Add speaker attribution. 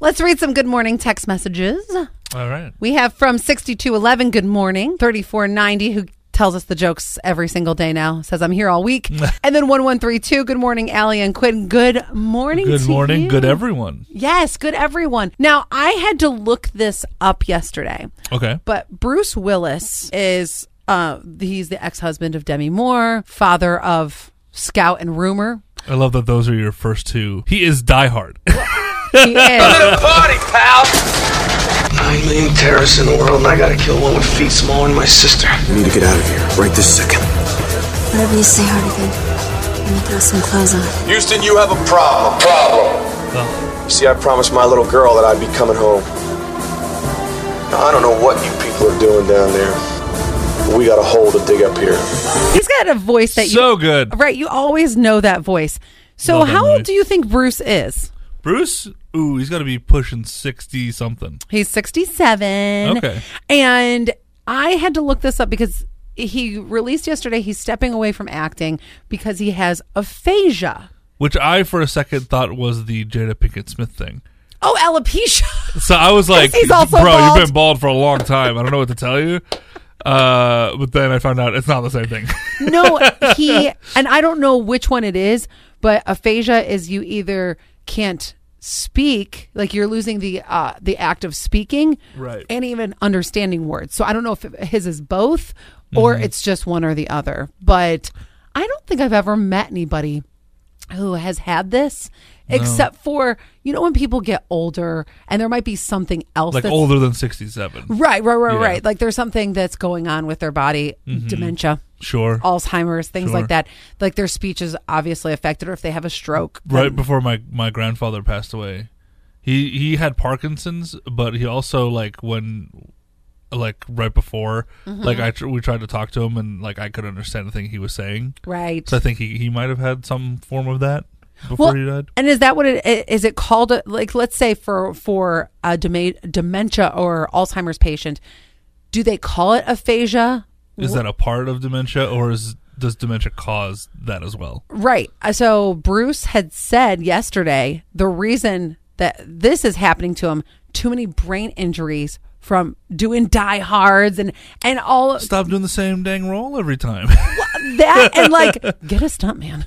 Speaker 1: Let's read some good morning text messages.
Speaker 2: All right.
Speaker 1: We have from 6211, good morning. 3490, who tells us the jokes every single day now, says, I'm here all week. and then 1132, good morning, Allie and Quinn. Good morning
Speaker 2: Good
Speaker 1: to
Speaker 2: morning.
Speaker 1: you.
Speaker 2: Good everyone.
Speaker 1: Yes, good everyone. Now, I had to look this up yesterday,
Speaker 2: Okay.
Speaker 1: but Bruce Willis is, uh, he's the ex husband of Demi Moore, father of Scout and Rumor.
Speaker 2: I love that those are your first two. He is diehard.
Speaker 1: He is.
Speaker 3: Party, pal!
Speaker 4: Nine million terrorists in the world, and I gotta kill one with feet smaller than my sister.
Speaker 5: I need to get out of here right this second.
Speaker 6: Whatever you say, Hardigan. Let me throw some clothes on.
Speaker 4: Houston, you have a problem. Problem. See, I promised my little girl that I'd be coming home. Now, I don't know what you people are doing down there. but We got a hole to dig up here.
Speaker 1: He's got a voice that
Speaker 2: so
Speaker 1: you
Speaker 2: good.
Speaker 1: right. You always know that voice. So
Speaker 2: Love that
Speaker 1: how old
Speaker 2: voice.
Speaker 1: do you think Bruce is?
Speaker 2: Bruce, ooh, he's got to be pushing 60 something.
Speaker 1: He's sixty seven.
Speaker 2: Okay.
Speaker 1: And I had to look this up because he released yesterday. He's stepping away from acting because he has aphasia.
Speaker 2: Which I, for a second, thought was the Jada Pinkett Smith thing.
Speaker 1: Oh, alopecia.
Speaker 2: So I was like,
Speaker 1: he's also
Speaker 2: bro,
Speaker 1: bald."
Speaker 2: you've been bald for a long time. I don't know what to tell you. Uh, but then I found out it's not the same thing.
Speaker 1: no, he and I don't know which one it is, but aphasia is you either can't speak, like you're losing the uh, the act of speaking,
Speaker 2: Right.
Speaker 1: and even understanding words. So I don't know if his is both or
Speaker 2: Mm-hmm.
Speaker 1: it's just one or the other. But I don't think I've ever met anybody who has had this. Except for you know when people get older and there might be something else
Speaker 2: like
Speaker 1: that's
Speaker 2: older than 67.
Speaker 1: right right right
Speaker 2: Yeah. Mm-hmm.
Speaker 1: right like there's something that's going on with their body dementia
Speaker 2: Sure.
Speaker 1: Alzheimer's, things
Speaker 2: Sure.
Speaker 1: like that. Like their speech is obviously affected, or if they have a stroke.
Speaker 2: right before my my grandfather passed away he he had parkinson's but he also like when like right before like i tr- we tried to talk to him and like i could understand the thing he was saying
Speaker 1: Right.
Speaker 2: so i think he he might have had some form of that before
Speaker 1: Well,
Speaker 2: he died
Speaker 1: and is that what it i- is? It called a, like let's say for for a dema- dementia or Alzheimer's patient, do they call it aphasia?
Speaker 2: is that a part of dementia or is does dementia cause that as well
Speaker 1: Right. Uh, So Bruce had said yesterday the reason that this is happening to him too many brain injuries from doing diehards and and all of
Speaker 2: stop doing the same dang role every time
Speaker 1: that and like get a stuntman.